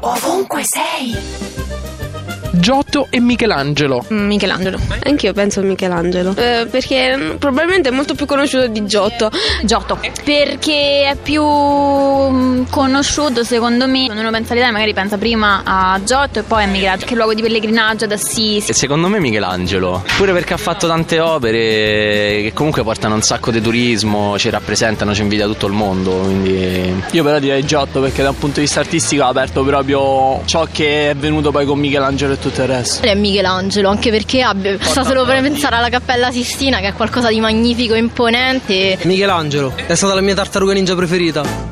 Ovunque sei! Giotto e Michelangelo. Mm, Michelangelo. Anch'io penso a Michelangelo, eh, perché mm, probabilmente è molto più conosciuto di Giotto. Giotto. Perché è più mm, conosciuto, secondo me. Quando uno pensa all'Italia, magari pensa prima a Giotto e poi a Michelangelo, che è luogo di pellegrinaggio ad Assisi. E Secondo me Michelangelo, pure perché ha fatto tante opere che comunque portano un sacco di turismo, ci rappresentano, ci invidia tutto il mondo, quindi Io però direi Giotto perché da un punto di vista artistico ha aperto proprio ciò che è venuto poi con Michelangelo e tutto il resto. È Michelangelo, anche perché abbia- sta solo per pensare alla Cappella Sistina, che è qualcosa di magnifico, imponente. Michelangelo, è stata la mia tartaruga ninja preferita.